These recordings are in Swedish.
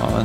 Ja,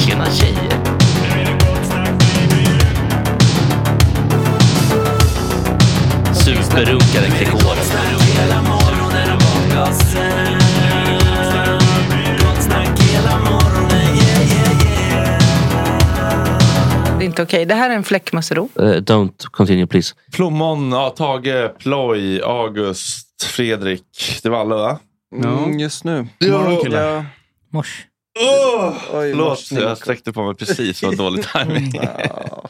Tjena tjejer! Superrunkare Gregoren. Det är inte okej. Det här är en fläckmussero. Uh, don't continue please. Plommon, ja, Tage, Ploj, August, Fredrik. Det var alla va? Mm, just nu. Ja. Morgon killar. Ja. Mors. Oj, Förlåt, varsågod. jag sträckte på mig precis. Mm. Mm. Vad dålig timing. Ja,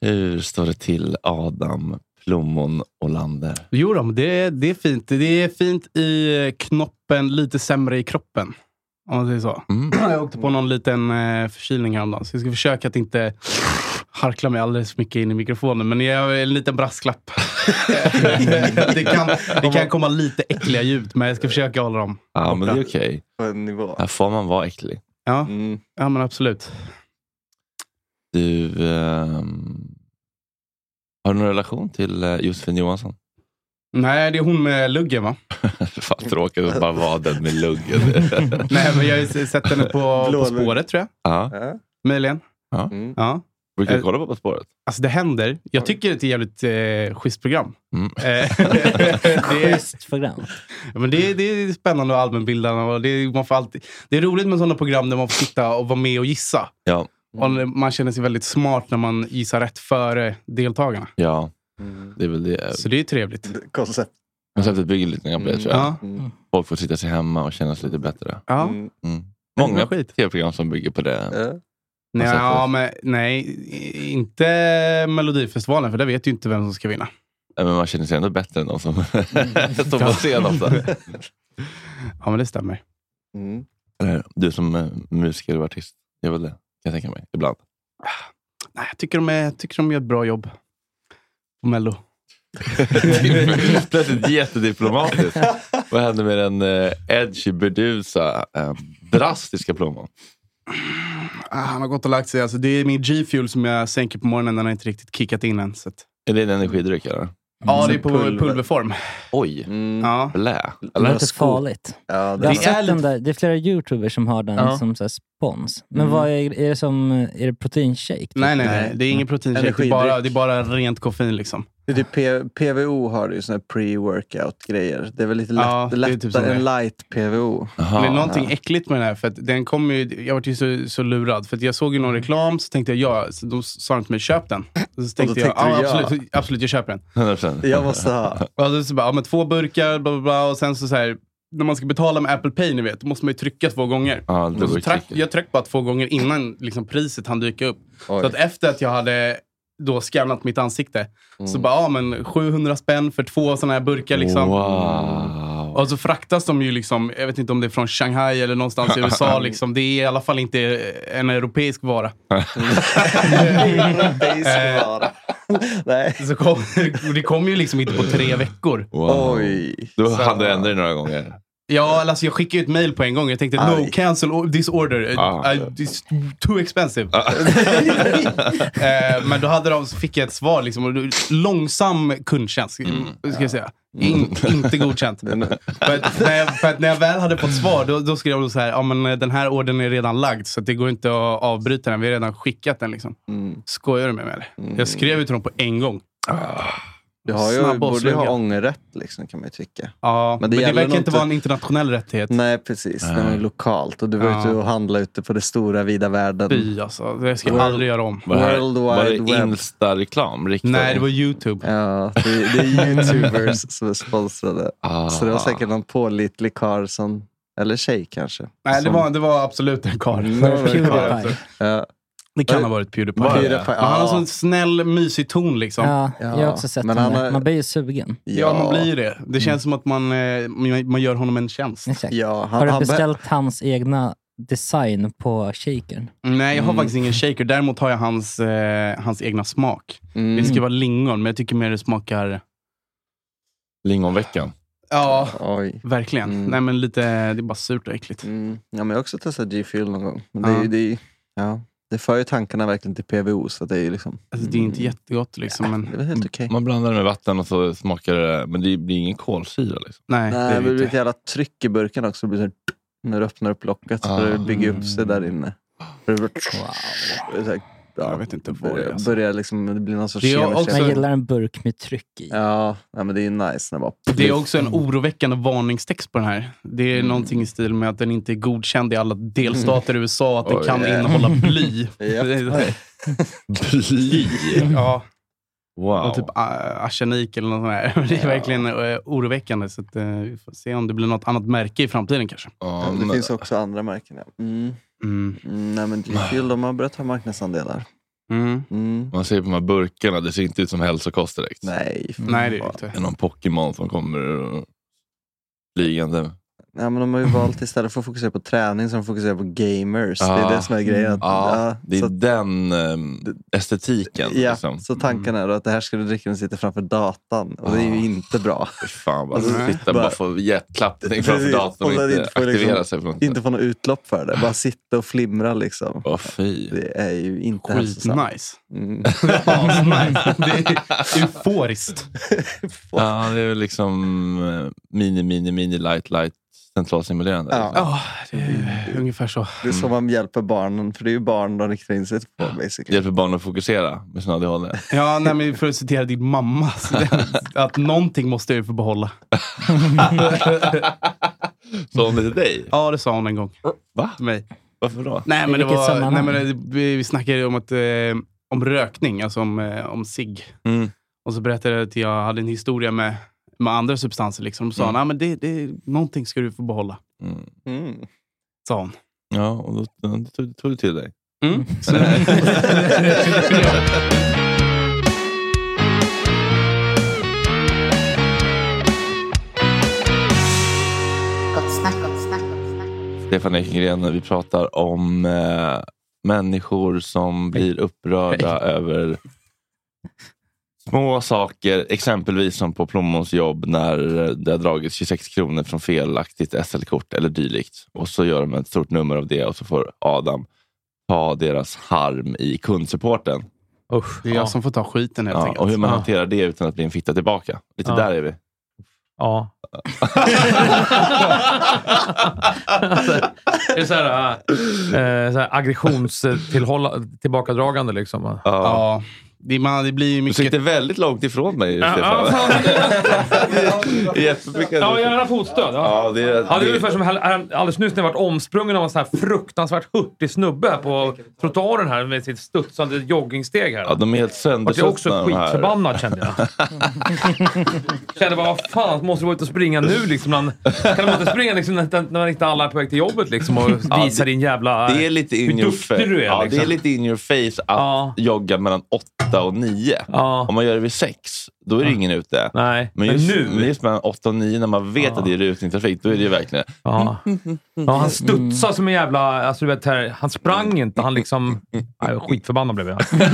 Hur står det till Adam plommon Olander? Jo då, men det, är- det är fint. Det är fint i eh, knoppen, lite sämre i kroppen. Om man säger så. Jag åkte på någon liten eh, förkylning häromdagen, så jag ska försöka att inte harkla mig alldeles för mycket in i mikrofonen. Men jag har en liten brasklapp. det, kan, det kan komma lite äckliga ljud, men jag ska försöka hålla dem. Ja, men det är borta. okej. nivå. Här får man vara äcklig. Ja, ja men absolut. Du, ehm, har du någon relation till eh, Josefin Johansson? Nej, det är hon med luggen va? Fan tråkigt att bara vara den med luggen. Nej, men jag har ju sett henne på, Blå på lugg. spåret tror jag. ja. Möjligen. Ja. Ja. Eh. Brukar du kolla på På spåret? Alltså det händer. Jag tycker att det är ett jävligt eh, schysst program. Mm. Eh, det, är, Schysst program. men det, är, det är spännande och allmänbildande. Och det, är- man får alltid, det är roligt med sådana program där man får sitta och vara med och gissa. Ja. Och Mm. man känner sig väldigt smart när man gissar rätt före deltagarna. Ja, det är väl det. Så det är ju trevligt. Koncept. Konceptet bygger lite grann på det tror jag. Ja. Mm. Folk får sitta sig hemma och känna sig lite bättre. Ja. Mm. Mm. men Många skit. tv-program som bygger på det. Eh, Ja. Nej, Alltså, ja, för- men, nej, i- inte Melodifestivalen, för där vet du inte vem som ska vinna. Ja, Men man känner sig ändå bättre än de som Mm. står på scen ofta. Ja, men det stämmer. Mm. Eller, Du som eh, musiker och artist, gör väl det? Kan jag tänka mig. Ibland. Nej, jag tycker de, är, jag tycker de gör ett bra jobb på Mello. Plötsligt jättediplomatiskt. Vad hände med den eh, edgy, burdusa, eh, drastiska plommon? Ah, han har gått och lagt sig. Alltså, det är min G-fuel som jag sänker på morgonen. Den har inte riktigt kickat in än. Så att... Mm. Är det en energidryck? Eller? Ja, det är på Mm. pulver. Mm. pulverform. Oj, Ja. blä. Det Eller? låter farligt. Ja, det Jag har är sett lite- den där, det är flera youtubers som har den som så här spons. Men Mm. vad är, är det som, är det proteinshake? typ? Nej, nej, nej. Det är Mm. ingen proteinshake. Det, är bara- Energidryck. det är bara rent koffein. Liksom. Det är typ P- PVO har ju såna här pre-workout-grejer. Det är väl lite lätt, Ja, det är typ som lättare det. än light PVO. Jaha. det är någonting äckligt med den här. För att den kom ju, jag var ju så, så lurad. För att jag såg ju någon reklam, så tänkte jag ja. Så då sa de till mig, köp den. Och så tänkte jag, tänkte du, ja, ja. absolut, absolut, jag köper den. 100%. Jag måste ha. Och så, så bara, ja, men två burkar, bla, bla, bla. Och sen så, så här, när man ska betala med Apple Pay, ni vet, då måste man ju trycka två gånger. Ja, Och så tryck, dubbelklick. jag tryckte bara två gånger innan liksom, priset han dyka upp. Så att efter att jag hade då skannat mitt ansikte, Mm. så bara, ja men 700 spänn för två sådana här burkar liksom. Wow. Och så fraktas de ju, liksom, jag vet inte om det är från Shanghai eller någonstans i USA. Liksom. Det är i alla fall inte en europeisk vara. Baseball. Nej. Eh. Så kom, det kom ju liksom inte på tre veckor. wow. Oj. Du hann du ändra dig några gånger. Ja, eller alltså, jag skickade ju ett mail på en gång. Jag tänkte, no, Aj. cancel o- this order. Ah. Uh, it's too expensive. Eh, men då hade de, så fick jag ett svar. Liksom, och då- långsam kundtjänst, Mm. ska jag säga. In, inte godkänt. för, att när jag, för att när jag väl hade fått svar, då, då skrev de så här, ja men eh, den här ordern är redan lagd, så att det går inte att avbryta den. Vi har redan skickat den. Liksom. Mm. Skojar du med mig eller? Jag skrev ju till dem på en gång. Du Mm. har ju, Snabb borde ju ha avslunga. ångerrätt liksom, kan man ju tycka. Ja, men Men det det, gäller verkar nog inte inte- vara en internationell rättighet. Nej, precis. Det var ju lokalt och du var Ja. ute och handlade ute på den stora vida världen. Fy alltså, det ska jag World- aldrig göra om. Var det, här- World var Wide det Web. Insta-reklam? riktad Nej, det in- var YouTube. Ja, det, det är youtubers som är sponsrade. Ah. Så det var säkert någon pålitlig karl som, eller tjej kanske. Nej, det som, var, det var absolut en karl. Mm. För Pewdiepie. Ja, Det kan ha varit Pewdiepie. Var det? Ja, men Han har sån snäll, mysig ton liksom. Ja, Ja, jag har också sett Men den han där. har- Man blir ju sugen. man blir ju det. Det känns som att man, eh, man man gör honom en tjänst. Exakt. Ja, han, Har du han be- beställt hans egna design på shakern? Nej, jag Mm. har faktiskt ingen shaker. Däremot har jag hans, eh, hans egna smak. Mm. Det ska vara lingon, men jag tycker mer det smakar... Lingonveckan. Ja, Oj. verkligen. Mm. Nej, men lite, det är bara surt och äckligt. Mm. Ja, men jag har också testat G-Fuel någon gång. Men det, är Ja. ju, det, är ju- ja. det för ju tankarna verkligen till PVO, så det är ju liksom, Alltså, det är inte jättegott liksom, men det är väl helt okej. Mm. Man blandar det med vatten och så smakar det, men det blir ingen kolsyra. Liksom. nej. Nej, det är men det det blir ett inte. jävla tryck i burken också. Det blir så här, när du öppnar upp locket så börjar det bygga upp sig Ah. där inne. Det blir, det är så här, ja, Jag vet inte vad det är, börjar, alltså. börjar liksom, det blir någon sorts Det är kemisk Jag också- reaktion. gillar en burk med tryck i. Ja, nej, men det är ju nice när det bara... Mm. Det är också en oroväckande varningstext på den här. Det är Mm. någonting i stil med att den inte är godkänd i alla delstater i USA, att den Oj. kan innehålla bly. Japp. Bly! Ja, Wow. och typ a- arsenik eller något sånt här. Det är verkligen eh, oroväckande. Så att, eh, vi får se om det blir något annat märke i framtiden kanske. Ja, Det men- finns också andra märken. Ja. Mm. Mm. Mm, Nej, men G-Fuel, de har börjat ha marknadsandelar. Man ser på de här burkarna, det ser inte ut som hälsokost direkt. Nej, för Nej, det är det fan. inte. Det är någon Pokémon som kommer och- flygande. Ja, men de har ju valt istället för att fokusera på träning så de fokuserar på gamers. Det är det som är grejen. Att, Mm. Ja, ja, Ah. det är så, den ehm, estetiken. ja, liksom. så tanken är då att det här ska du dricka när du sitter framför datan. Och det är ju inte bra. Ah. Fan, bara Alltså, sitta bara- bara få hjärtklappning framför Precis, datorn och sen inte få liksom- aktivera sig. Från. Inte få något utlopp för det. Bara sitta och flimra liksom. Åh, fy. Det är ju inte hälsosamt. Skitnice. Mm. Asnice. Det är euforiskt. Ja, det är väl liksom eh, mini, mini, mini, light, light centralstimulerande. Ja. Mm. Liksom. det är ungefär så. Mm. Det är så man hjälper barnen. För det är ju barn de riktar in sig på basically. Det hjälper barn att fokusera med sin ADHD. Ja, nej, men för att citera din mamma. så det- Att någonting måste jag ju få behålla. Sa hon det till dig? Ja, det sa hon en gång. Va? Till mig. Varför då? Nej, men det vilket var, nej, sammanhang? men det, vi vi snackade ju om, att, eh, om rökning, alltså om, eh, om cigg. Mm. Och så berättade jag att jag hade en historia med, med andra substanser. Liksom. De sa, nej, men det, det, någonting ska du få behålla. Mm. Mm. Sa hon. Ja, och då, då, då tog- tog du till dig. Mm. Mm. Gott snack, gott snack, gott snack. Stefan Ekengren, vi pratar om eh, människor som blir upprörda över små saker. Exempelvis som på Plommons jobb när det har dragits 26 kronor från felaktigt SL-kort eller dylikt. Och så gör de ett stort nummer av det och så får Adam ta deras harm i kundsupporten. Usch, det är jag som får ta skiten helt Ja, enkelt. och hur man Ja. hanterar det utan att bli en fitta tillbaka. Lite Ja. där är vi. Ja. Det är så här, äh, så här aggressionstillbakadragande liksom. va? Ja. Det, man, det blir ju Du mycket... sitter väldigt långt ifrån mig, Ja, ja, Stefan. fan, Jättemycket. Ja, gärna fotstöd. Ja. Ja, det, är- Ja, det är det- ungefär som här- här- alldeles nyss när jag varit omsprungen av en sån här fruktansvärt hurtig snubbe på trottoaren här med sitt studsande joggingsteg. Här. Ja, de är helt Vart jag också söndersuttna de här. skitförbannad kände jag. kände bara, vad fan, måste du vara ute och springa nu? Liksom, när, kan de inte springa liksom, när, när inte alla är på väg till jobbet liksom, och visa Ja, det- din jävla... Det är lite in hur your duktig face. du är. ja, liksom. det är lite in your face att Ja. jogga mellan åtta och nio. Om man gör det vid sex, då är det ingen ute. Nej, men, just, nu... just mellan åtta och nio, när man vet att det är rusningstrafik, då är det ju verkligen... Mm. Ja. Mm-hmm. Ja, han studsade som en jävla... Alltså, du vet, här, han sprang inte. Han liksom... Nej, skitförbannad blev jag. jag skulle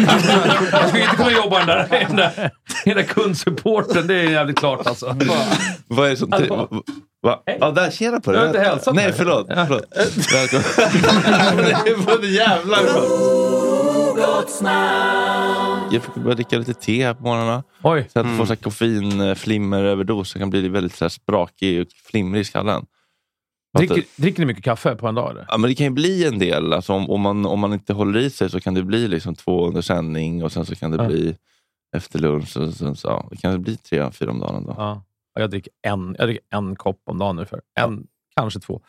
inte kunna jobba den där, den där, den där kundsupporten. Det är jävligt klart alltså. Mm. Vad är det som... Hallå. Va? Ja, där, tjena på dig. Jag har inte hälsat Nej, dig. förlåt. förlåt. Välkommen. det är både jävla skönt. Jag fick börja dricka lite te på morgnarna. Oj. Så att mm. få så här koffeinflimmeröverdos. så Jag kan bli väldigt så här sprakig och flimrig i skallen. Dricker, dricker ni mycket kaffe på en dag? Eller? Ja, men det kan ju bli en del. Alltså, om, om, man, om man inte håller i sig så kan det bli liksom två under sändning och sen så kan det Ja. bli efter lunch. Och sen, så, ja, det kan bli tre, fyra om dagen. Då. Ja. Ja. Ja, Jag dricker en, jag dricker en kopp om dagen nu. För. En, Kanske två.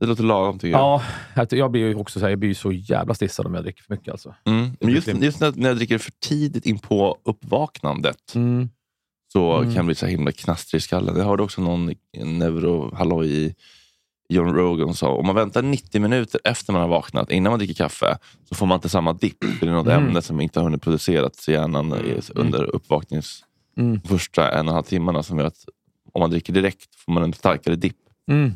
det låter lagom tycker jag. Ja, jag- jag blir ju också så, här, jag blir ju så jävla stissad om jag dricker för mycket. Alltså. Mm. Men just, blir- just när, när jag dricker för tidigt in på uppvaknandet Mm. så Mm. kan det bli så här himla knastrig i skallen. Jag hörde också någon neurohalloj i John Rogan sa om man väntar 90 minuter efter man har vaknat innan man dricker kaffe så får man inte samma dipp. Det är något Mm. ämne som inte har hunnit producerats i hjärnan i- under uppvaknings Mm. första en och en halv timmarna som gör att om man dricker direkt får man en starkare dipp. Mm.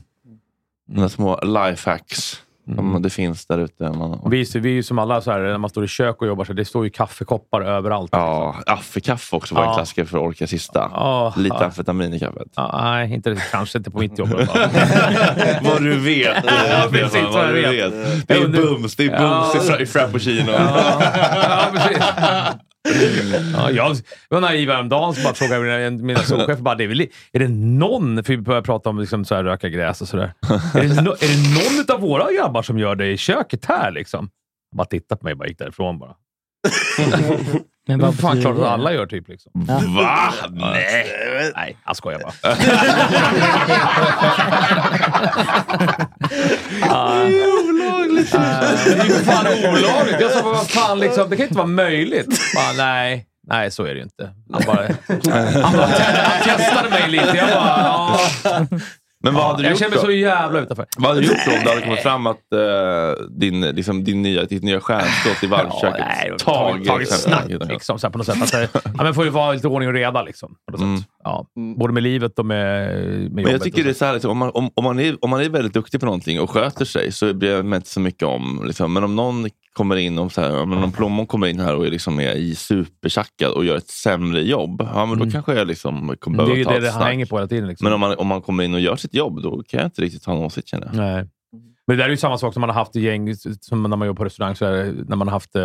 De där små lifehacks som det finns där ute. Man- Och Vi, är ju- vi är ju som alla, så här, när man står i kök och jobbar, så här, det står ju kaffekoppar överallt. Ja, affekaff också var en Ja. klassiker för att orka sista. Ja. Lite Ja. amfetamin i kaffet. Ja, nej, inte, kanske inte på mitt jobb. vad du vet. Ja, precis, Stefan, vad jag du vet. Det är Jag undrar- bums. Det är bums i Ja. fra- i frappuccino. ja, precis. Ja, jag var naiv häromdagen, så bara frågade jag mina, mina solchefer. Bara, det är, väl, är det någon, för vi började prata om liksom, så här, röka gräs och sådär. Är, det no, är det någon av våra grabbar som gör det i köket här? Liksom? Han bara tittade på mig och gick därifrån bara. Men Det är fan betyder klart att det? alla gör typ. Liksom. Va? Mm. Nej. Nej, jag skojar bara. Olagligt. Det är ju fan olagligt. Jag sa bara, vad fan liksom, det kan inte vara möjligt. Bara, nej, nej så är det ju inte. Han bara, han bara han testade mig lite. Jag bara, ja. Men vad Ja, hade du jag gjort känner mig då? så jävla utanför. Vad hade du gjort då om det hade Nej. kommit fram att eh, din, liksom, din nya, ditt nya stjärnskott i varvköket... nej, tagit, tagit snack liksom, så här, på något sätt. Att, eh, ja, men får ju vara lite ordning och reda liksom. På något sätt. Ja, både med livet och med, med Mm. Men jag jobbet. tycker det är så här, liksom, om, man, om, om, man är, om man är väldigt duktig på någonting och sköter sig så bryr man inte så mycket om. Liksom. Men om någon kommer in om så här, om någon plommon kommer in här och är, liksom, är i supertjackad och gör ett sämre jobb. Ja, men då Mm. kanske jag liksom, kommer det är behöva ju ta det ett det snack. hänger på hela tiden. Liksom. Men om man, om man kommer in och gör sitt jobb, då kan jag inte riktigt ha någon åsikt känner jag. Nej. Men det där är ju samma sak som man har haft i gäng, som när man jobbar på restaurang, så är det, när man har haft... eh,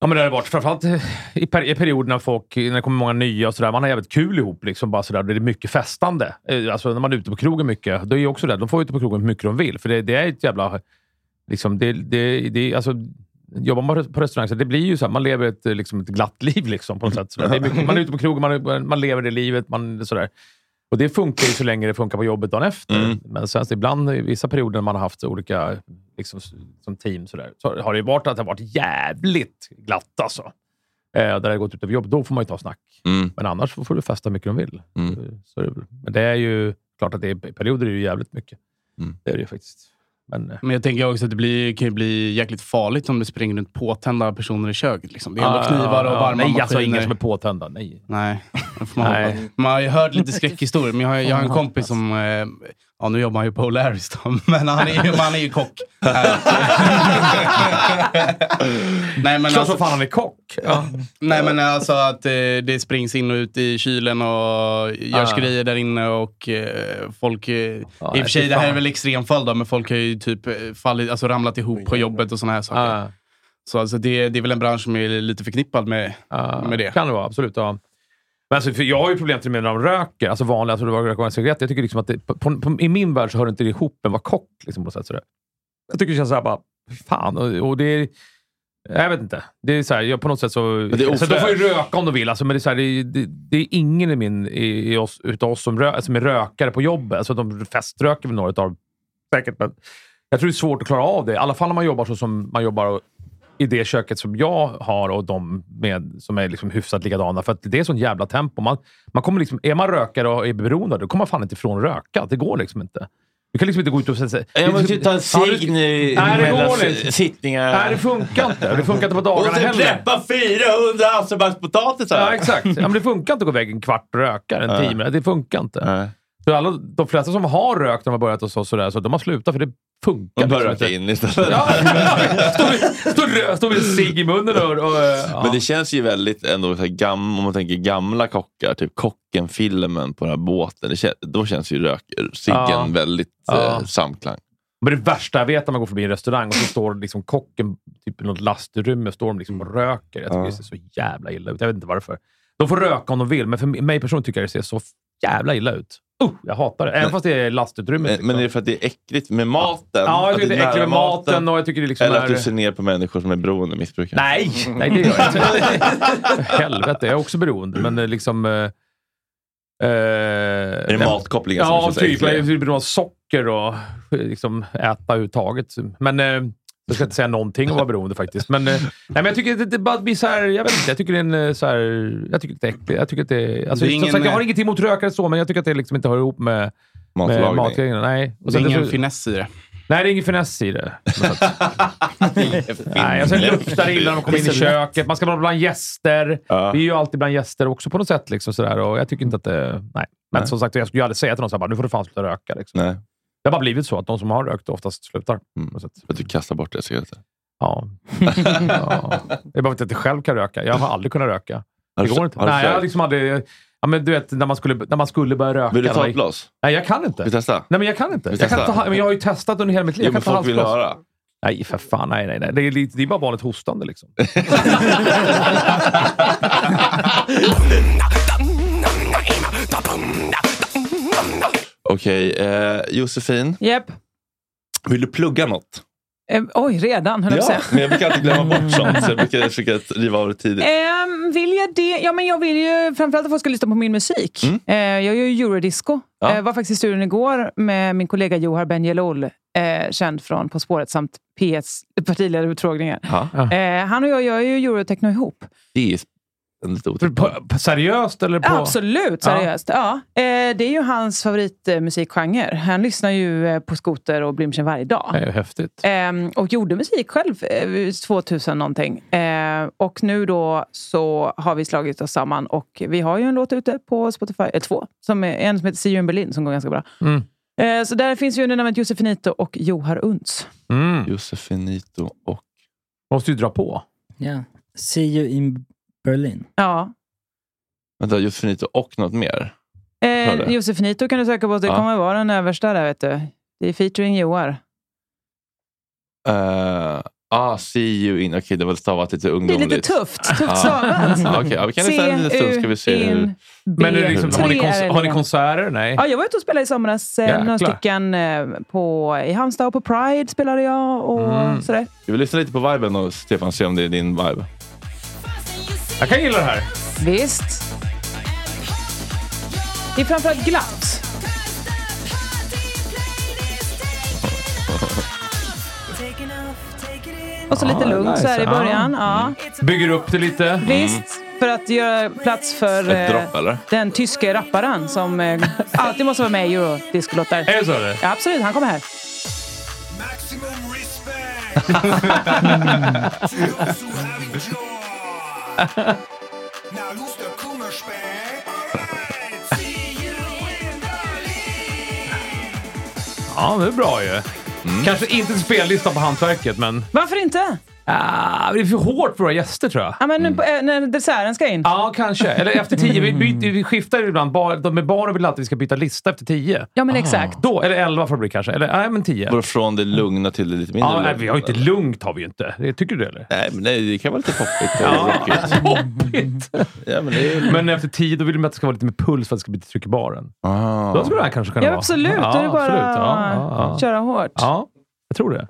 Ja, men det har det varit. Framförallt eh, i, per, i perioder när, folk, när det kommer många nya och sådär. Man har jävligt kul ihop. Liksom, bara sådär. Det är mycket festande. Eh, Alltså, när man är ute på krogen mycket. Då är ju också det. De får ute på krogen hur mycket de vill. För det, det är ett jävla... Liksom, det, det, det, alltså, jobbar man på restaurang så det blir ju så här, man lever ett, eh, liksom, ett glatt liv liksom, på något sätt. Sådär. Det är mycket, man är ute på krogen, man, är- man lever det livet. Man, sådär. Och det funkar ju så länge det funkar på jobbet dagen efter. Mm. Men sen så ibland, i vissa perioder när man har haft olika liksom, s- som team, så, så har det ju varit att det har varit jävligt glatt alltså. Eh, där det har gått ut över jobbet. Då får man ju ta snack. Mm. Men annars får får du festa hur mycket de vill. Så är det väl. Men det är ju klart att det är, i perioder är det ju jävligt mycket. Mm. Det är det ju faktiskt. Men, eh, Men jag tänker också att det blir, kan ju bli jäkligt farligt om det springer runt påtända personer i köket. Liksom. Det är ändå Ah, knivar och ah, varma Nej, maskiner. alltså ingen som är påtända. Nej. Nej, det får man Nej. hoppas. Man har ju hört lite skräckhistorier, men jag har, jag har en kompis som... Eh, ja, nu jobbar han ju på O'Larrys då, men han är, ju- han är ju kock. Nej, men Klart som fan han är kock. Ja. Nej, men alltså att eh, det springs in och ut i kylen och görs Ah. grejer där inne och eh, folk... Eh, I och fy för sig, det här fan. är väl extremfall då, men folk har ju typ eh, fallit, alltså ramlat ihop på jobbet och såna här saker. Så alltså, det, det är väl en bransch som är lite förknippad med, med det. Eh, Kan det vara, absolut. Ja. Men alltså, för jag har ju problem till och med när de röker. Alltså vanliga, alltså, det var röker en cigarett. Jag tycker liksom att det, på, på, i min värld så hör det inte ihop med att vara kock. Liksom, på något sätt, sådär. Jag tycker det känns såhär bara, fy fan. Och, och det är, jag vet inte. Det är såhär, jag på något sätt så... Men det är alltså, de får ju ofräscht. röka om de vill, alltså, men det är, såhär, det, är- det, det är ingen i min, i, i oss, utav oss som, rö, som är rökare på jobbet. Alltså, de feströker väl några utav säkert, men jag tror det är svårt att klara av det. I alla fall när man jobbar så som man jobbar och, i det köket som jag har och de med, som är liksom hyfsat likadana. För att det är sån jävla tempo. Man, man kommer liksom, är man rökare och är beroende, då kommer man fan inte ifrån röka. Det går liksom inte. Du kan liksom inte gå ut och säga... Jag måste ju typ ta en Ja, du- cigg nu Nej, det mellan går s- inte. sittningar. Nej, det funkar inte. Det funkar inte på dagarna Och så heller. preppa 400 hasselbackspotatisar! Ja, exakt. Ja, men det funkar inte att gå iväg en kvart och röka, en Nej. timme. Det funkar inte. Så alla, de flesta som har rökt när de har börjat hos oss, sådär, så de har slutat för det funkar De börjar inte. röka in liksom. istället. Ja, står stå med en cigg i munnen och... och eh, ja. Men det känns ju väldigt ändå, så här, gam, om man tänker gamla kockar, typ Kocken-filmen på den här båten. Det kän, då känns ju rök, ciggen Ja. väldigt Ja. eh, samklang. Men det värsta jag vet när man går förbi en restaurang och så står liksom kocken typ i något lastrummet står de liksom och röker. Jag tycker Mm. Ja. det ser så jävla illa ut. Jag vet inte varför. De får röka om de vill, men för mig personligen tycker jag det ser så jävla illa ut. Uh, jag hatar det. Även fast det är lastutrymmet. liksom. Men, men är det för att det är äckligt med maten? Ja, jag Att tycker det är nära äckligt med maten och jag tycker det liksom Eller att är- du ser ner på människor som är beroende missbrukare? Nej, nej det gör jag inte. Helvete, jag är också beroende. Men eh, liksom... Eh, är det matkopplingen som ja, känns som typ. Jag äckliga? är beroende av socker och eh, liksom, äta överhuvudtaget. Men eh, jag ska inte säga någonting om att vara beroende faktiskt. Men, eh, nej, men jag tycker det, det bara blir så här... Jag vet inte. Jag tycker det är en eh, så här... Jag tycker det är äckligt. Jag tycker att det, alltså, Det är som ingen- sagt, eh, jag har ingenting emot rökare så, men jag tycker att det liksom inte hör ihop med Matlagning. med matlagningen. Nej. Det är sen ingen så- finess i det. Nej, det är ingen finess i det. Nej, alltså, det luktar illa när de kommer in i köket. Man ska vara bland gäster. Ja. Vi är ju alltid bland gäster också på något sätt. Liksom, sådär. Och jag tycker inte att det... Nej. Men Nej. som sagt, jag skulle ju aldrig säga till någon såhär, nu får du fan sluta röka. Liksom. Nej. Det har bara blivit så att de som har rökt oftast slutar. Mm. För att du kastar bort det cigaretter? Ja. ja. Det är bara för att jag inte själv kan röka. Jag har aldrig kunnat röka. Har Det du- går inte. har du Nej, jag har försökt? liksom aldrig... Ja, men du vet, när man skulle, när man skulle börja röka. Vill du ta när ett man- glas? Nej, jag kan inte. Vi testar. Nej, men jag kan inte. Vi Jag, kan testar. inte ha, men jag har ju testat under hela mitt liv. Jo, Jag kan inte ha men folk vill halsblås. höra. Nej, för fan. Nej, nej, nej. Det är, lite, det är bara vanligt hostande liksom. Okej, eh, Josefin. Japp. Vill du plugga något? Eh, oj, redan höll jag på Ja, att säga. Mm. men jag brukar alltid glömma bort sånt, så jag brukar försöka att riva av det tidigt. Ehm, vill jag det? Ja, men jag vill ju framförallt att folk ska lyssna på min musik. Mm. Eh, jag gör ju eurodisco. Ja. Eh, var faktiskt i studion igår med min kollega Johar Benjelol, eh, känd från På spåret samt PS partiledarutfrågningar. Ja. Eh, han och jag gör ju eurotechno ihop. Det är en lite otippad. På, seriöst eller på... Absolut seriöst. Ja. Eh, det är ju hans favoritmusikgenre. Han lyssnar ju eh, på skoter och Blimchen varje dag. Det är ju häftigt. Ehm, och gjorde musik själv eh, 2000 någonting. Ehm, och nu då så har vi slagit oss samman och vi har ju en låt ute på Spotify, eh, två. Som är, en som heter See you in Berlin som går ganska bra. Mm. Ehm, så där finns ju under namnet Josefinito och Johar Unz. Josefinito och... Mm. Måste ju dra på. Ja. See you in Berlin. Ja. Vänta, Josefinito och något mer? Hör Eh, det. Josefinito kan du söka på. Det Ja. kommer vara den översta där vet du. Det är featuring Johar. Eh, ah, see you in. Okej, det var stavat lite ungdomligt. lite tufft. Tufft Ah. stavat. Ah, Okej, ja, vi kan lyssna en liten stund ska vi se hur... Men är det liksom, har, ni Tre är kons- det har ni igen. konserter? Nej. Ja, jag var ute och spelade i somras. Eh, några Jäklar. stycken eh, på, i Halmstad och på Pride spelade jag. Och Mm. sådär. Vi vill lyssna lite på viben och Stefan se om det är din vibe. Jag kan gilla det här. Visst. Det är framförallt glatt. Och så lite Ja, lugnt Ah, nice. så här i Ja. början. Ja. Bygger upp det lite. Visst, för att göra plats för Mm. Ett eh, dropp, eller? den tyske rapparen som eh, alltid måste vara med i eurodiscolåtar. Är det så, eller? Ja, absolut, han kommer här. Mm. Ja, det är bra ju. Mm. Kanske inte spellista på hantverket, men... Varför inte? Ah, det är för hårt för våra gäster tror jag. Ja, men nu på, eh, när desserten ska in. Mm. Ja, kanske. Eller efter tio. Mm. Vi, byter, vi skiftar ibland. Bar, de är bar och vill att vi ska byta lista efter tio. Ja, men exakt. Då, eller elva får det bli kanske. Eller nej, men tio. Både från det lugna till det lite mindre Ja, nej, lugna. vi har ju inte lugnt har vi ju inte. Det- Tycker du det eller? Nej, men det, det kan vara lite poppigt och rockigt. Poppigt! Ja, men det är ju... Men efter tio då vill man att det ska vara lite mer puls för att det ska bli lite tryck i baren. Ah. Då skulle det här kanske kunna Ja, vara. absolut. Då är det bara absolut. Ja, ja, ja. köra hårt. Ja, jag tror det.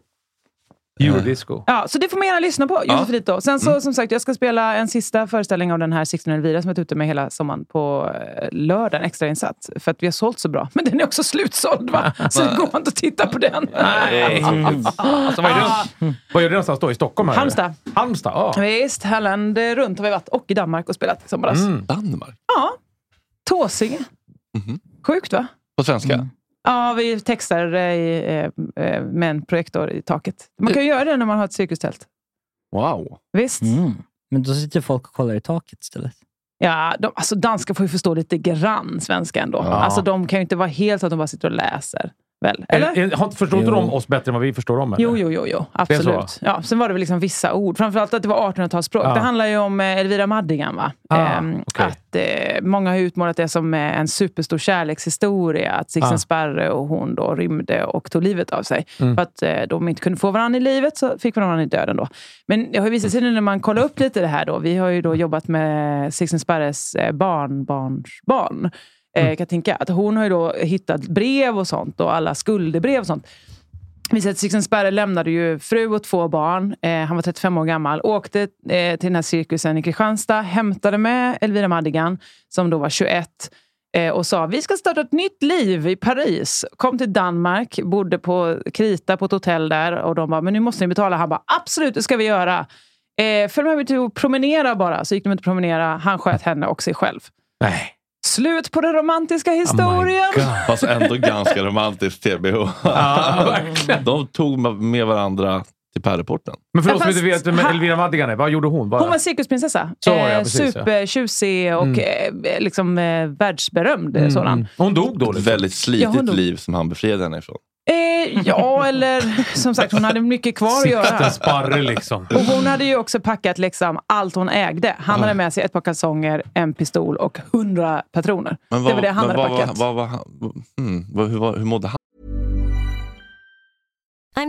Eurodisco. Ja, så det får man gärna lyssna på, Ja. Josefinito. Sen så, Mm. som sagt, jag ska spela en sista föreställning av den här Sixten Elvira som jag varit ute med hela sommaren på eh, lördag, en extrainsatt. För att vi har sålt så bra. Men den är också slutsåld, va? Så Nej. går man inte och tittar på den. Nej. Alltså, vad, är det, vad gör du någonstans då? I Stockholm? Här? Mm. Ah. Halmstad. Halmstad, ja. Visst, Halland eh, runt har vi varit. Och i Danmark och spelat i somras. Mm. Danmark? Ja. Tåsinge. Mhm. Sjukt, va? På svenska? Ja, vi textar eh, i, eh, eh, med en projektor i taket. Man kan ju göra det när man har ett cirkustält. Wow. Visst. Mm. Men då sitter folk och kollar i taket istället. Ja, de, alltså danskar får ju förstå lite grann svenska ändå. Ja. Alltså, de kan ju inte vara helt att de bara sitter och läser. Väl? Är- Eller? är- har- Förstår inte Jo. de oss bättre än vad vi förstår dem? Eller? Jo, jo, jo, jo. Det är så? absolut. Ja, sen var det väl liksom vissa ord. Framförallt att det var 1800-talsspråk. Ja. Det handlar ju om eh, Elvira Madigan. Va? Ah, Ehm, okej. att, eh, många har ju utmålat det som eh, en superstor kärlekshistoria. Att Sixten Ah. Sparre och hon då rymde och tog livet av sig. Mm. För att eh, de inte kunde få varandra i livet så fick varandra i döden. Då. Men det har ju visat sig nu när man kollar upp lite det här. Då, vi har ju Mm. då jobbat med Sixten Sparres eh, barnbarnsbarn. Mm. Eh, Katinka, att hon har ju då hittat brev och sånt och alla skuldebrev och sånt. Vi ser att Sixten Sparre lämnade ju fru och två barn. Eh, han var 35 år gammal. Åkte eh, till den här cirkusen i Kristianstad. Hämtade med Elvira Madigan, som då var 21. Eh, och sa vi ska starta ett nytt liv i Paris. Kom till Danmark, bodde på Krita på ett hotell där. Och de bara, men nu måste ni betala. Han bara, absolut det ska vi göra. Eh, följ med mig till och promenera bara. Så gick de ut och promenera. Han sköt henne och sig själv. Nej. Slut på den romantiska historien. Fast ändå ganska romantiskt TBH. De tog med varandra till pärleporten. Men för Ja, de som inte vet fast vem han- Elvira Madigan är, vad gjorde hon? Vad- Hon var cirkusprinsessa. Så var det, ja, Eh, precis, ja. Mm. Supertjusig och eh, liksom, eh, världsberömd. eh, Sådan. Hon dog då? liksom. Ett väldigt slitigt Ja, hon dog. liv som han befriade henne ifrån. Eh, ja, eller som sagt, hon hade mycket kvar att göra. Sixten Sparre liksom. Och hon hade ju också packat liksom allt hon ägde. Han hade med sig ett par kalsonger, en pistol och hundra patroner. Men det var det han hade men vad, packat. vad, vad, var han- mm, vad, hur, var- hur mådde han? I'm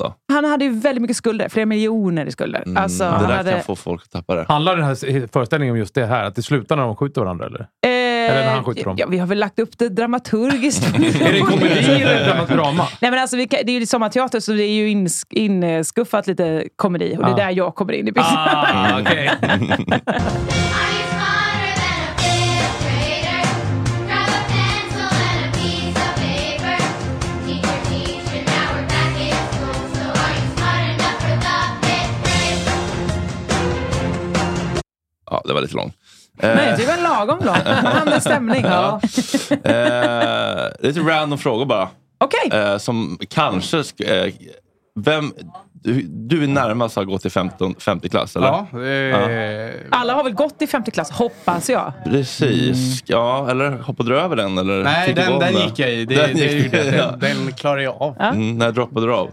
Då. Han hade ju väldigt mycket skulder. Flera miljoner i skulder. Mm, Alltså, det han där hade... kan få folk att tappa det. Handlar den här föreställningen om just det här? Att det slutar när de skjuter varandra, eller? Eller när han skjuter dem? Eh, Ja, vi har väl lagt upp det dramaturgiskt. Är det en komedi eller ett annat drama? Nej, men alltså, vi kan, det är ju sommarteater, så det är ju ins- inskuffat lite komedi. Och det är Ah. där jag kommer in i bilden. Ah, okej. Ja, det var lite lång. Eh. Nej, det var en lagom då. Han med stämning. Ja. Eh, lite random frågor bara. Okej. Eh, som kanske... sk- eh, vem, du, du är närmast att gå till 15, 50 klass, eller? Ja, Alla har väl gått i femte klass, hoppas jag. Precis. Ja, eller hoppade du över den? Eller Mm. Nej, fick du den- om den gick jag i. Det- det gjorde jag. Den- klarar jag av. Mm, när droppade du av?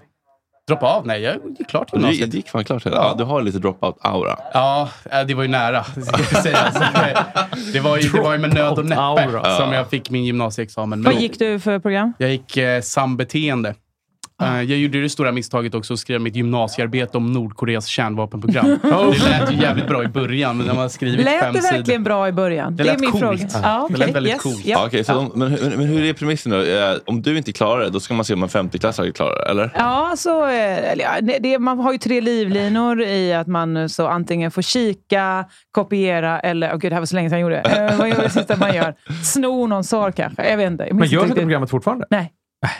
Droppa av? Nej, jag gick klart Du, gymnasiet. gick- det gick fan klart. hela- Ja. du har lite dropout-aura. Ja, eh, det var ju nära. ska jag säga. Så det- Det var ju, det var ju med nöd och näppe Dropout-aura. som jag fick min gymnasieexamen. Vad Men- gick du för program? Jag gick eh, sambeteende. Ah. Eh, jag gjorde det stora misstaget också och skrev mitt gymnasiearbete om Nordkoreas kärnvapenprogram. Oh. Det lät ju jävligt bra i början, men när man har skrivit Lät fem det verkligen sidor. bra i början? Det det är lät min coolt. fråga. Ja, Ja, det lät okej. väldigt yes. coolt. Ja. Ja, okej, så de, men, hur, men hur är premissen nu? Eh, om du inte klarar det, då ska man se om en 50-klassare klarar det, eller? Ja, så, eh, eller ja, det- det, man har ju tre livlinor i att man eh, så antingen får kika, kopiera eller... Oh gud, det här var så länge sedan jag gjorde det. Eh, vad gör det sista man gör? Sno någon svar kanske? Jag vet inte. Jag minns Men gör inte inte riktigt. programmet fortfarande? Nej.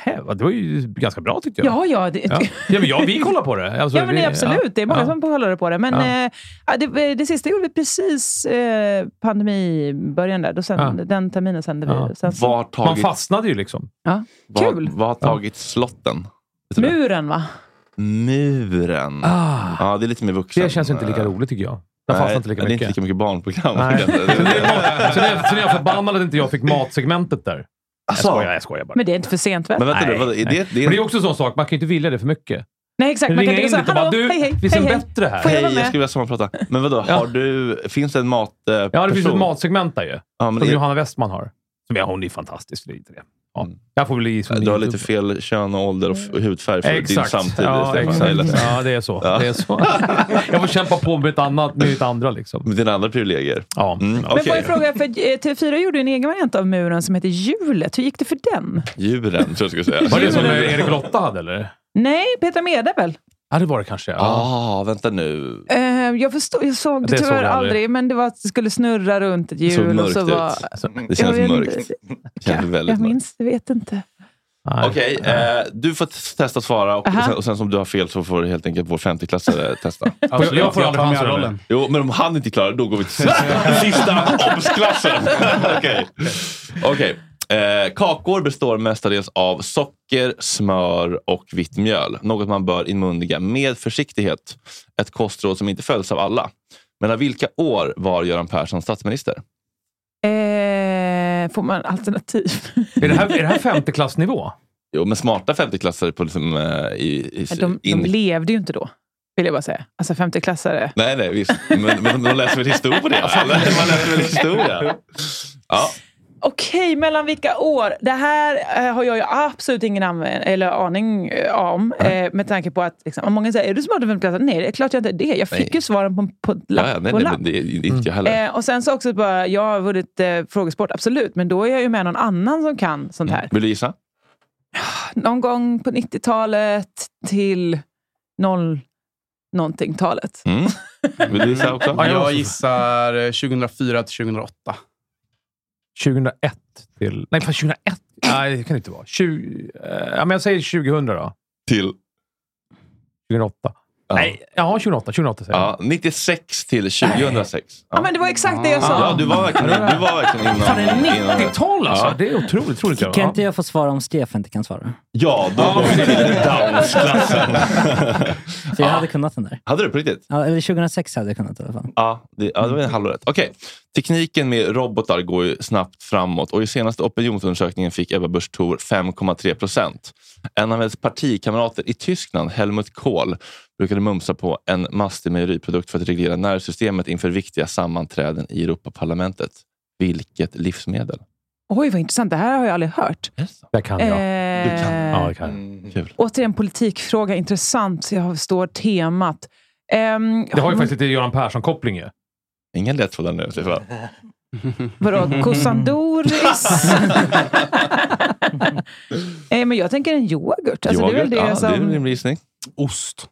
Nähä, det var ju ganska bra tyckte jag. Ja, ja. Det, ja. ja men ja, vi kollar på det. Alltså, ja, men vi- nej, absolut. Det är många ja. som kollade på det. Men Ja. eh, ja. det, det sista gjorde vi precis eh, pandemibörjan där. Då sen, Den terminen sände vi. Eh, Sen, så- Var Man tagit, fastnade ju liksom. Ja. var, var har tagit slotten? Muren, va? Muren. Ah. Ja, det är lite mer vuxen. Det känns inte lika Eh, roligt tycker jag. Där fastnar inte lika Det är inte mycket. lika mycket barnprogram. Nej. Så det är- så det är- så det är jag förbannad att inte jag fick matsegmentet där. Alltså. Jag skojar, jag skojar bara. Men det är inte för sent, väl? Nej, nej. Men det är också en sån sak, man kan ju inte vilja det för mycket. Nej, exakt. Man kan Ringa inte in gå så lite här, och bara, du, hallå, hej, hej, finns hej, en hej. bättre här? Får jag Hej, vara jag med? skulle vilja sammanprata. Men vadå, har du, finns det en mat... Eh, Ja, det finns person? ett matsegment där ju. Ja, men som det- Johanna Westman har. Som, ja, hon är fantastisk. Det är inte det. Ja. Jag får väl ge som Mm. Du har lite YouTube. fel kön, och ålder och f- hudfärg för din Exakt. samtid. Ja, Stefan. exakt. Jag är ledsen. Ja, det är så. Det är så. Jag får kämpa på med ett annat, med ett andra liksom. Med dina andra privilegier. Ja. Mm, Men får okej. jag fråga, för eh, TV4 gjorde ju en egen variant av muren som heter Hjulet. Hur gick det för den? Djuren, tror jag skulle säga. Var det som Erik Lotta hade, eller? Nej, Petra Mede väl? Ja, det var det kanske. Ja, ah, vänta nu. Eh, jag, förstod, jag såg det, Det såg tyvärr jag aldrig. aldrig. men det var att det skulle snurra runt ett Det såg hjul. och mörkt så var, ut. Jag Det känns vet mörkt. inte. Det känns väldigt Jag mörkt. minns, jag vet inte. Okej, eh, du får t- testa att svara och, Aha. sen, och sen som du har fel så får helt enkelt vår 50-klassare testa. Absolut. Alltså, Jag får Jag aldrig tar chansen, med rollen. eller? Jo, men om han inte klarar då går vi till sista, sista obsklassen. Alltså, Okej. Okej. Eh, kakor består mestadels av socker, smör och vitt mjöl. Något man bör inmundiga med försiktighet. Ett kostråd som inte följs av alla. Men av vilka år var Göran Persson statsminister? Eh, får man alternativ? Är det här, är det här femteklassnivå? Jo, men smarta 50-klassare på liksom, eh, i, i, De, de in- levde ju inte då, vill jag bara säga. Alltså femteklassare. Nej, nej, visst. Men, men de läser väl historia på det? Eller? Man läser väl historia? Ja. Okej, mellan vilka år? Det här eh, har jag ju absolut ingen anv- eller aning eh, om. Eh, med tanke på att liksom, många säger, är du smart i femteklassare? Nej, det är klart jag inte det. Jag fick Nej. ju svaren på, på ett lapp. Ja, ja, nej, på en nej, lapp. men det är inte jag heller. Eh, och sen så också bara, jag har vunnit eh, frågesport, absolut. Men då är jag ju med någon annan som kan sånt här. Vill du gissa? Mm. Någon gång på 90-talet till noll någonting-talet. Mm. Vill du gissa också? Ja, jag gissar eh, 2004 till 2008. 2001 till... Nej, fan 2001? Nej, det kan det inte vara. 20, eh, ja, men jag säger 2000 då. Till? 2008. Nej, ja, 2008. 2008 säger jag. Ja, 96 till 2006. Ja, men det var exakt det jag sa. Ja, du var verkligen, du var verkligen innan. Fan, det är 90-tal alltså! Ja. Det är otroligt, otroligt. Kan inte jag få svara om Stefan inte kan svara? Ja, då går vi till dansklassen. Så jag hade kunnat den där. Hade du på riktigt? Ja, eller 2006 hade jag kunnat i alla fall. Ja, det, ja, det var en halvrätt. Okej. Tekniken med robotar går ju snabbt framåt och i senaste opinionsundersökningen fick Ebba Busch Thor 5,3 procent. En av hennes partikamrater i Tyskland, Helmut Kohl, brukade mumsa på en mastig mejeriprodukt för att reglera nervsystemet inför viktiga sammanträden i Europaparlamentet. Vilket livsmedel? Oj, vad intressant. Det här har jag aldrig hört. Det kan jag. Du kan. Eh, Kul. Återigen politikfråga. Intressant. så Jag står temat. Ehm, Det har ju men- faktiskt lite Göran Persson-koppling ju. Inga ledtrådar nu, Stefan. Vadå, kossan Doris? Nej, men jag tänker en yoghurt. Alltså, det är väl det ja, det är en som... rimlig gissning. Ost.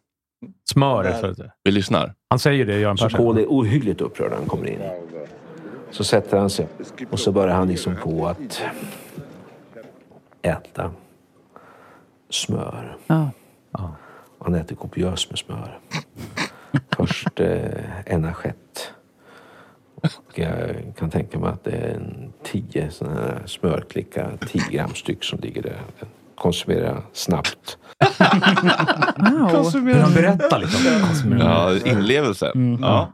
Smör. Så det. Vi lyssnar. Han säger det, Göran Så Persson. Kohl är ohyggligt upprörd när han kommer in. Så sätter han sig och så börjar han liksom på att äta smör. Ja. Han äter kopiöst med smör. Först eh, en assiett. Och jag kan tänka mig att det är en tio sådana här smörklickar, 10 gram styck som ligger där. Konsumera snabbt. Hur han berättar liksom. Ja, inlevelse. Ja.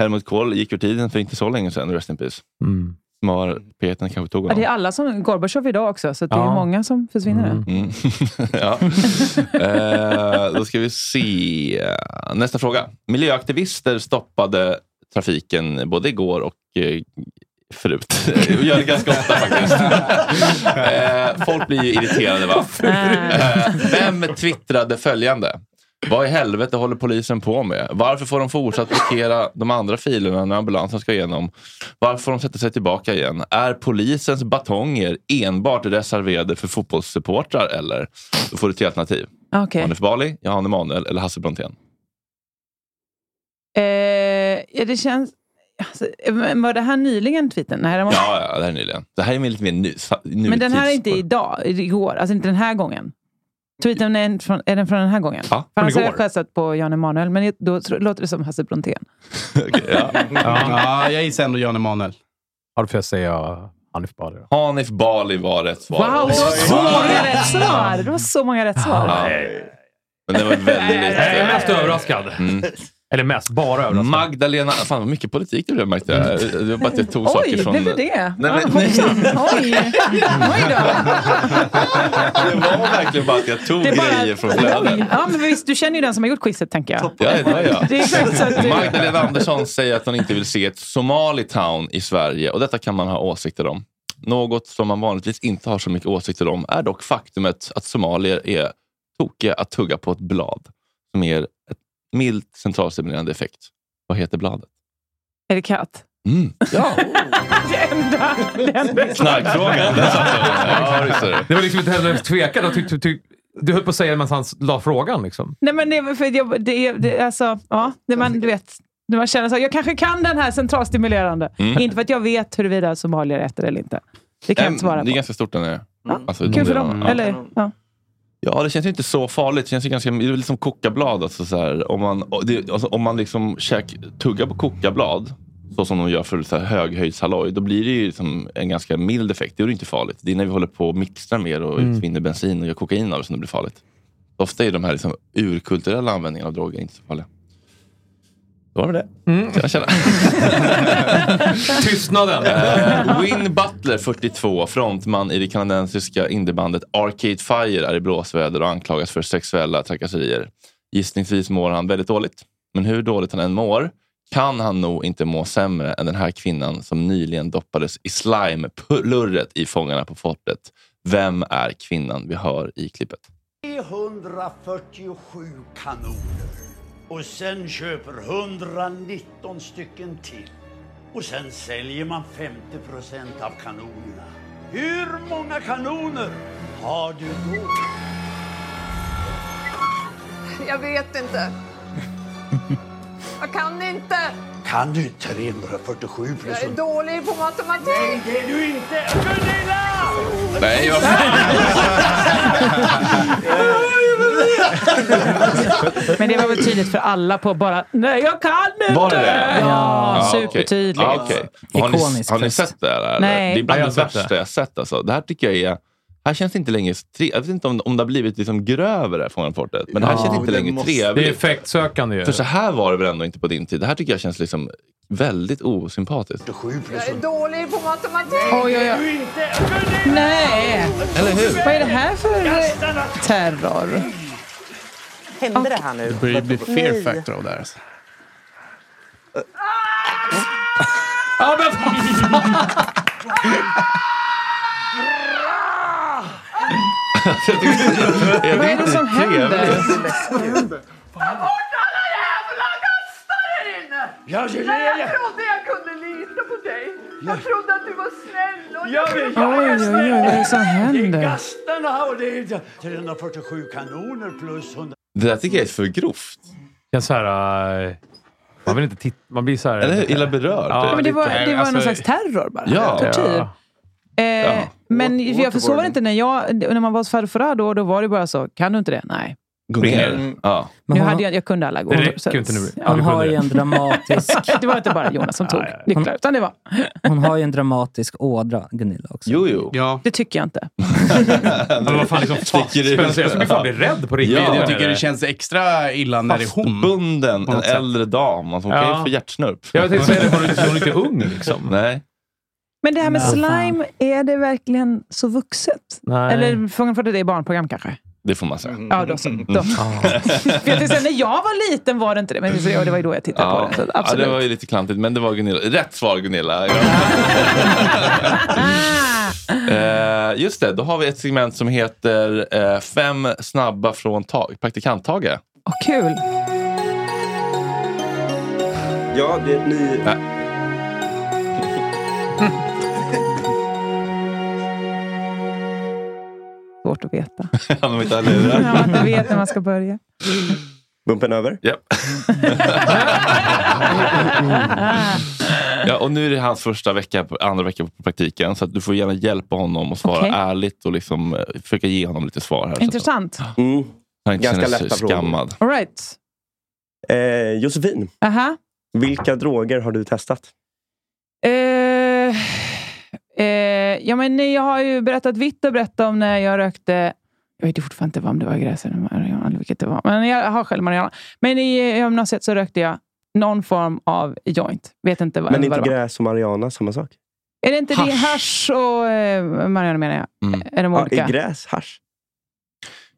Helmut Kohl gick ur tiden för inte så länge sedan, rest in peace. Mm. Smörpeten kanske tog Ja, honom. det är alla som... Gorbatjov idag också, så det är Ja. många som försvinner. nu. Mm. ja. eh, då ska vi se. Nästa fråga. Miljöaktivister stoppade trafiken både igår och eh, förut. Vi gör det ganska ofta faktiskt. eh, folk blir ju irriterade va? Eh, vem twittrade följande? Vad i helvete håller polisen på med? Varför får de fortsatt blockera de andra filerna när ambulansen ska igenom? Varför får de sätta sig tillbaka igen? Är polisens batonger enbart reserverade för fotbollssupportrar eller? Då får du tre alternativ. Ah, Okej. Hanif Bali, Johan Emanuel eller Hasse Brontén. Eh, ja, det känns... Alltså, men var det här nyligen tweeten? Nej, det var... Ja, ja, det här är nyligen. Det här är lite mer nu, nu men den här är inte idag, igår. Alltså inte den här gången. Tweeten är, en från, är den från den här gången? Ja, För annars från har jag igår. chansat på Jan Emanuel, men då tro- låter det som Hasse Brontén. Ja. ja, jag gissar ändå Jan Emanuel. Ja, då får jag säga Hanif Bali. Hanif Bali var rätt svar. Wow, det var så många rätt svar! Det var så många rätt svar. Men det var väldigt eh, lite. Jag är mest överraskad. Eller mest, bara överraskad. Mm. Magdalena... Fan vad mycket politik det blev märkte jag. Det var bara att jag tog Oj, saker från... blev det det? Nej, Ah, men- hoppsan. Oj. Oj då. Det var verkligen bara att jag tog Det är bara- grejer från flödet. Ja, men visst, du känner ju den som har gjort quizet, tänker jag. Ja, ja, ja. Det är exakt så att du... Magdalena Andersson säger att hon inte vill se ett Somali-town i Sverige och detta kan man ha åsikter om. Något som man vanligtvis inte har så mycket åsikter om är dock faktumet att somalier är tokiga att tugga på ett blad som ger ett milt centralstimulerande effekt. Vad heter bladet? Är det katt? Mm. Ja. det enda... Det enda. Knarkfrågan, där satt den. Ja, just det. Det var liksom inte heller tvekan. Jag tyckte- tyck- Du höll på att säga det medan han s- la frågan. Liksom. Nej, men det, var för jag, det, är- det, alltså, ja, det man, du vet, när man känner så här, jag kanske kan den här centralstimulerande. Mm. Inte för att jag vet huruvida somalier äter eller inte. Det kan jag Ehm, inte svara Det är på. ganska stort den är. Alltså, Kul för de- dem. ja. Eller, ja. Ja, det känns ju inte så farligt. Det känns ju ganska, det är liksom kokablad. Alltså, så här. Om man, och det, alltså, om man liksom käk, tuggar på kokablad, så som de gör för så här, höghöjdshalloj, då blir det ju liksom en ganska mild effekt. Det är ju inte farligt. Det är när vi håller på och mixar mer och Mm. utvinner bensin och gör kokain av det som det blir farligt. Ofta är de här liksom, urkulturella användningarna av droger inte så farliga. Då var det med det. Tjena, tjena. Tystnaden! Eh, Win Butler, 42, frontman i det kanadensiska indiebandet Arcade Fire är i blåsväder och anklagas för sexuella trakasserier. Gissningsvis mår han väldigt dåligt. Men hur dåligt han än mår kan han nog inte må sämre än den här kvinnan som nyligen doppades i slime-plurret i Fångarna på fortet. Vem är kvinnan vi hör i klippet? 347 kanoner. Och sen köper 119 stycken till. Och sen säljer man 50 procent av kanonerna. Hur många kanoner har du då? Jag vet inte. Jag kan inte. Kan du 347 plus... Jag är dålig på matematik. Nej, det är du inte. Gunilla! Nej, vad Men det var väl tydligt för alla på bara, nej jag kan inte! Var det det? Ja, Ah, okej. supertydligt. Ah, okej. Har, ni, har ni sett det här? eller? Nej. Det är bland Ja, jag det har sett värsta jag sett. Alltså. Det här tycker jag är... Här känns det inte längre... Tre, jag vet inte om, om det har blivit liksom grövre, Fångarna på fortet. Men det här Ja, känns inte det längre måste- trevligt. Det är effektsökande ju. För så här var det väl ändå inte på din tid? Det här tycker jag känns liksom väldigt osympatiskt. Jag är dålig på matematik. Oj, oj, oj. Nej! Eller hur? Vad är det här för terror? Hände det här nu? Det börjar bli fear Nej. factor av det här. Ja, men fan! Är Vad är det som händer? Där inne. Jag Ja, ja, ja, ja. trodde jag kunde lita på dig. Jag trodde att du var snäll. Och Jag vet, jag Oj, oj, oj, vad är det som Det är händer? gastarna och det är 347 kanoner plus 100... Det där tycker jag är för grovt. Jag så här, eh, man vill inte titta. Man blir så här... Eller hur? Illa berörd. Ja, men det var, lite. det var någon Alltså, slags terror bara. Ja. Tortyr. Ja. Eh, Men jag försov inte när jag, när man var hos farfar då, då var det bara så, kan du inte det? Nej. Gå ner. Ja. Nu hade jag, jag kunde alla gånger. räcker så att- inte nu. Ja, Hon har ju en dramatisk... det var inte bara Jonas som tog nycklar, utan det var... Hon har ju en dramatisk ådra, Gunilla också. Jo, jo. Det tycker jag inte. Men vad fan, liksom, fast, Sticker ut. jag skulle fan bli rädd på riktigt. Ja. Jag tycker det känns extra illa när det är hon. Bunden, På en något sätt. äldre dam. Alltså, hon kan Ja. ju få hjärtsnurp. Jag tänkte säga det, hon är- hon är inte ung liksom. Nej. Men det här med Nej. slime, är det verkligen så vuxet? Nej. Eller Fången för det är barnprogram kanske? Det får man säga. Mm. Ja, då så. Då. För jag tänkte säga, när jag var liten var det inte det, men så- ja, det var ju då jag tittade på Ja. det. Så, att ja, absolut. det var ju lite klantigt, men det var Gunilla. Rätt svar Gunilla. Ja. Eh, just det, då har vi ett segment som heter eh, Fem snabba från tag, praktikanttaget. Åh, kul! Ja, det är ni... Svårt att veta. Han har inte alla Ja, lurar. man vet när man ska börja. Bumpen över? Ja. Mm. ja, och nu är det hans första vecka, på- andra vecka på praktiken, så att du får gärna hjälpa honom att svara Okej. ärligt och liksom, eh, försöka ge honom lite svar. här. Så att Intressant. Mm. han inte Ganska känner sig lätta frågor. skammad. All right. Eh, Josefin, Aha. vilka droger har du testat? Eh, eh, ja, men ni- jag har ju berättat vitt och brett om när jag rökte... Jag vet ju fortfarande inte vad om det var gräs eller marijuana, eller vilket det var. Men jag har själv marijuana. Men i gymnasiet så rökte jag någon form av joint. Vet inte vad, Men vad inte det var. gräs och marijuana samma sak? Är det inte det hasch och eh, marijuana menar jag? Eh, Är de Ja, olika? är gräs hasch?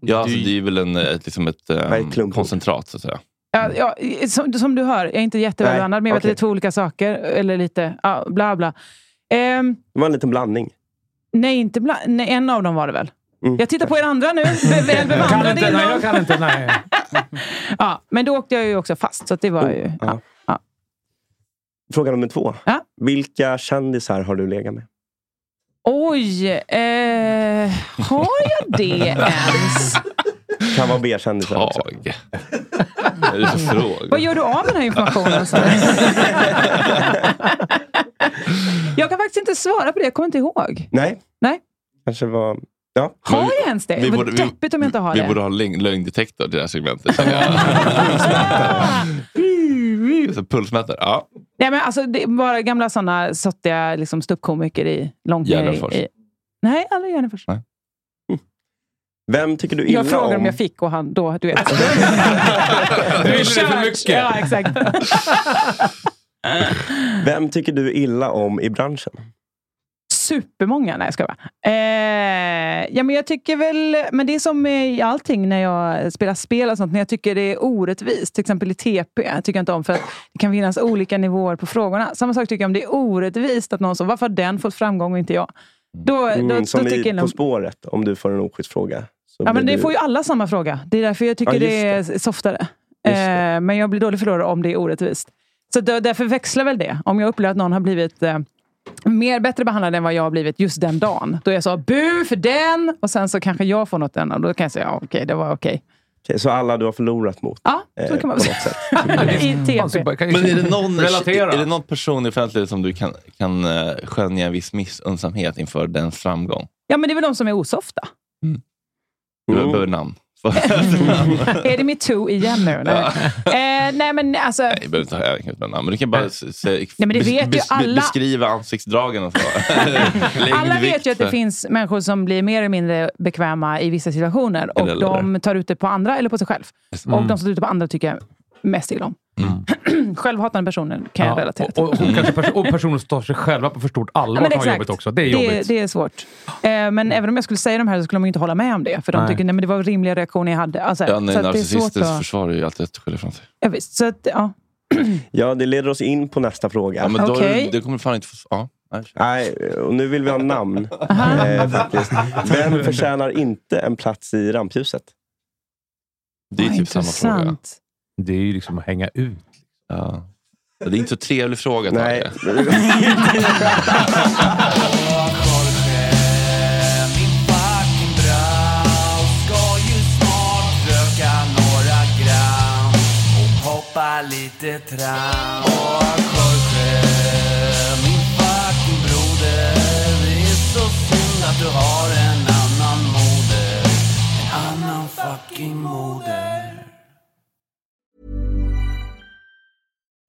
Ja, alltså, det är väl en, eh, ett, liksom ett ehm, koncentrat, så att säga. Ja, ja, som, som du hör, jag är inte jättevälbevandrad, men jag vet okej. att det är två olika saker. Eller lite, ja, bla bla. Ehm, Det var en liten blandning. nej, inte bla, nej, en av dem var det väl? Mm. Jag tittar på er andra nu, be- väl Kan bevandrade inte, nej, innan. jag kan inte. Nej. Ja, men då åkte jag ju också fast, så att det var ju... Oh, Ja. Fråga nummer två. Vilka kändisar har du legat med? Oj! Eh, har jag det ens? Kan vara B-kändisar också. Vad är det för fråga? Vad gör du av den här informationen? Så? jag kan faktiskt inte svara på det, jag kommer inte ihåg. Nej. Nej. Kanske var... Ja. Har jag ens det? vi Vad borde- vi- deppigt om jag inte har Vi det. borde ha lögn- lögndetektor till det här segmentet. känner jag. Så Pulsmätare. Ja. Nej, men alltså, det är bara gamla såna sottiga liksom, ståuppkomiker i långt Gärdenfors. ner i, i... Nej, aldrig Gärdenfors. Vem tycker du illa Jag frågade om... om jag fick och han då, du vet. Du är för mycket. ja, exakt. Vem tycker du illa om i branschen? Supermånga. Nej, jag skojar bara. Eh, ja, men jag tycker väl... Men det är som i allting när jag spelar spel och sånt. När jag tycker det är orättvist, till exempel i TP, tycker jag inte om. För att det kan finnas olika nivåer på frågorna. Samma sak tycker jag om det är orättvist att någon som, varför har den fått framgång och inte jag? Då, då, Mm, då, som tycker i jag På nog- spåret, om du får en oskyddsfråga. så Ja, men blir det du- får ju alla samma fråga. Det är därför jag tycker Ja, just det är softare. Eh, men jag blir dålig förlorare om det är orättvist. Så då, därför växlar väl det. Om jag upplever att någon har blivit eh, mer bättre behandlad än vad jag har blivit just den dagen. Då är jag så bu för den! Och sen så kanske jag får något annat. Då kan jag säga, ja, okej, det var okej. Okej, så alla du har förlorat mot? Ja, så kan man väl säga. I TP. Men är det, någon, är det någon person i offentlighet som du kan, kan eh, skönja en viss missunnsamhet inför dens framgång? Ja, men det är väl de som är osofta. Du Oh. behöver namn. är det metoo igen nu? Nej, eh, nej men alltså... Nej, du behöver inte ha jag kan inte nämna namn, men du kan bara se, se, men det vet ju alla. beskriva ansiktsdragen och så. Längd, Alla vet vikt, ju att det så. finns människor som blir mer eller mindre bekväma i vissa situationer. Och Eller- de tar ut det på andra eller på sig själv. Mm. Och de som tar ut det på andra tycker jag mest illa om. Självhatande personer kan jag relatera till. och, och, och, kanske pers- och personer som tar sig själva på för stort Ja, allvar men kan vara exakt. jobbigt också. Det är jobbigt. Det, är svårt. Eh, men även om jag skulle säga de här så skulle de ju inte hålla med om det. För de Nej. tycker nej, men det var rimliga reaktioner jag hade. Alltså, Ja, nej, så att det är svårt narcissistens att... försvarar ju alltid att skylla ifrån sig. Ja, visst, så att, ja. Ja, det leder oss in på nästa fråga. Ja, men då, Okej. det kommer fan inte få... Ja, nej. Nej, och nu vill vi ha namn. eh, faktiskt. Vem förtjänar inte en plats i rampljuset? Det är typ samma fråga. intressant. Det är ju liksom att hänga ut. Ja. Det är inte så trevlig fråga, Nej. Hoppa lite tram Och Jorge, min fucking broder Det är så synd att du har en annan moder En annan fucking moder